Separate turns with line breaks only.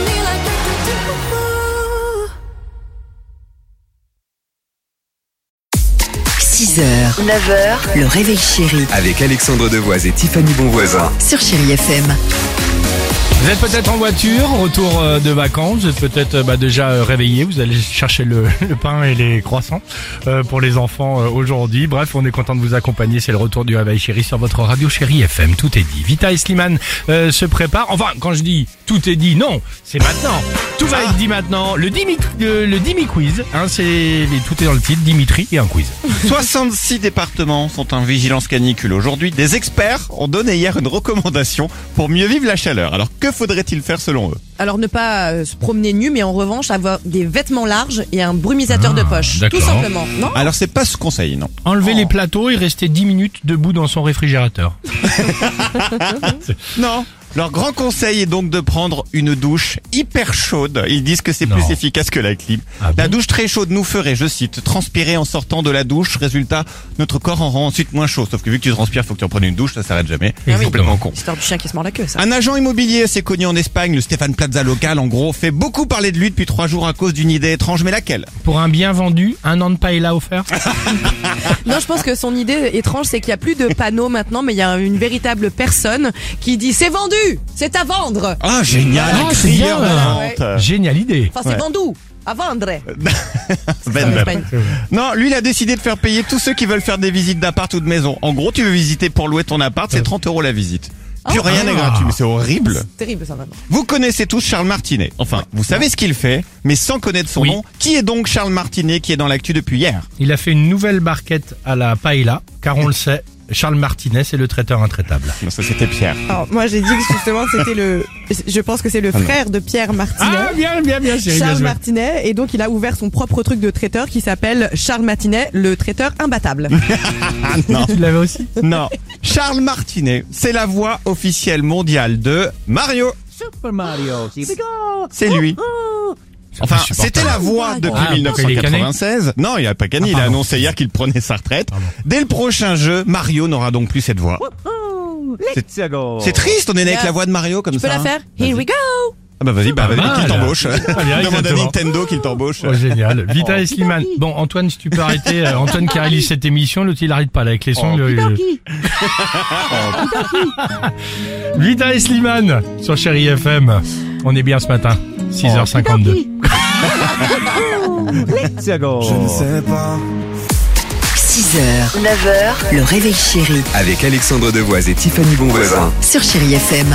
me like we could do. Ooh.
6h, 9h, le réveil chéri
Avec Alexandre Devoise et Tiffany Bonvoisin.
sur Chérie FM.
Vous êtes peut-être en voiture, retour euh, de vacances, vous êtes peut-être euh, bah, déjà euh, réveillé, vous allez chercher le, le pain et les croissants euh, pour les enfants euh, aujourd'hui. Bref, on est content de vous accompagner, c'est le retour du réveil chéri sur votre radio chéri FM, tout est dit. Vita et Slimane euh, se préparent, enfin quand je dis tout est dit, non, c'est maintenant, tout va être dit maintenant. Le Dimi, euh, le Dimi Quiz, hein, c'est, tout est dans le titre, Dimitri et un quiz.
66 départements sont en vigilance canicule aujourd'hui. Des experts ont donné hier une recommandation pour mieux vivre la chaleur. Alors que faudrait-il faire selon eux
Alors ne pas euh, se promener nu, mais en revanche avoir des vêtements larges et un brumisateur de poche, tout
Ah, d'accord.
simplement. Oh. Non
Alors c'est pas ce conseil, non.
Enlever les plateaux et rester 10 minutes debout dans son réfrigérateur.
Non. Leur grand conseil est donc de prendre une douche hyper chaude. Ils disent que c'est
Non.
plus efficace que la clim.
Ah
la
bon
douche très chaude nous ferait, je cite, transpirer en sortant de la douche. Résultat, notre corps en rend ensuite moins chaud. Sauf que vu que tu transpires, faut que tu en prennes une douche, ça s'arrête jamais.
oui.
C'est complètement con.
L'histoire du chien qui se mord la queue, ça.
Un agent immobilier assez connu en Espagne, le Stéphane Plaza local, en gros, fait beaucoup parler de lui depuis trois jours à cause d'une idée étrange. Mais laquelle
Pour un bien vendu, un an de paella offert
Non, je pense que son idée étrange, c'est qu'il n'y a plus de panneaux maintenant, mais il y a une véritable personne qui dit c'est vendu, c'est à vendre.
Ah, génial
Ah,
le
c'est
crieur
bien,
de
ouais.
Nantes.
Géniale idée.
Enfin, c'est
Ouais.
vendu, à vendre.
Ben,
En
ben.
Espagne.
Non, lui, il a décidé de faire payer tous ceux qui veulent faire des visites d'appart ou de maison. En gros, tu veux visiter pour louer ton appart, c'est 30 euros la visite. Euh. Plus rien n'est
Ah.
gratuit, mais c'est horrible.
C'est Terrible ça maintenant.
Vous connaissez tous Charles Martinet. Enfin, vous savez ce qu'il fait, mais sans connaître son
Oui.
nom. Qui est donc Charles Martinet qui est dans l'actu depuis hier
Il a fait une nouvelle barquette à la paella, car on le sait, Charles Martinet, c'est le traiteur intraitable.
Non, ça c'était Pierre.
Alors, moi, j'ai dit que justement, c'était le. Je pense que c'est
Ah
le frère de Pierre Martinet.
Ah, bien, bien, bien, chérie, bien
Charles
joué.
Martinet, et donc il a ouvert son propre truc de traiteur qui s'appelle Charles Martinet, le traiteur imbattable.
Ah non,
Tu l'avais aussi
non. Charles Martinet, c'est la voix officielle mondiale de Mario. C'est lui. Enfin, c'était la voix depuis
Ah, parce qu'il est cané.
1996. Non, il a pas
Ah,
gagné. il a
pardon.
annoncé hier qu'il prenait sa retraite.
Pardon.
Dès le prochain jeu, Mario n'aura donc plus cette voix. C'est- C'est triste, on est né avec
Yeah.
la voix de Mario comme
Tu peux
ça.
la
hein.
faire Here we go
Ah bah vas-y, bah
Pas
vas-y,
mal.
qu'il t'embauche.
Pas bien,
Demande à
exactement.
Nintendo qu'il t'embauche.
Oh, génial. Vita et Slimane. Bon, Antoine, si tu peux arrêter, euh, Antoine qui réalise cette émission, l'autre il arrête pas là, avec les sons.
Oh,
le- Vita et Slimane sur Chéri FM. On est bien ce matin, 6h52.
Je ne sais.
6h, 9h, le réveil chéri
Avec Alexandre Devoise et Tiffany Bonvoisin.
sur Chérie FM.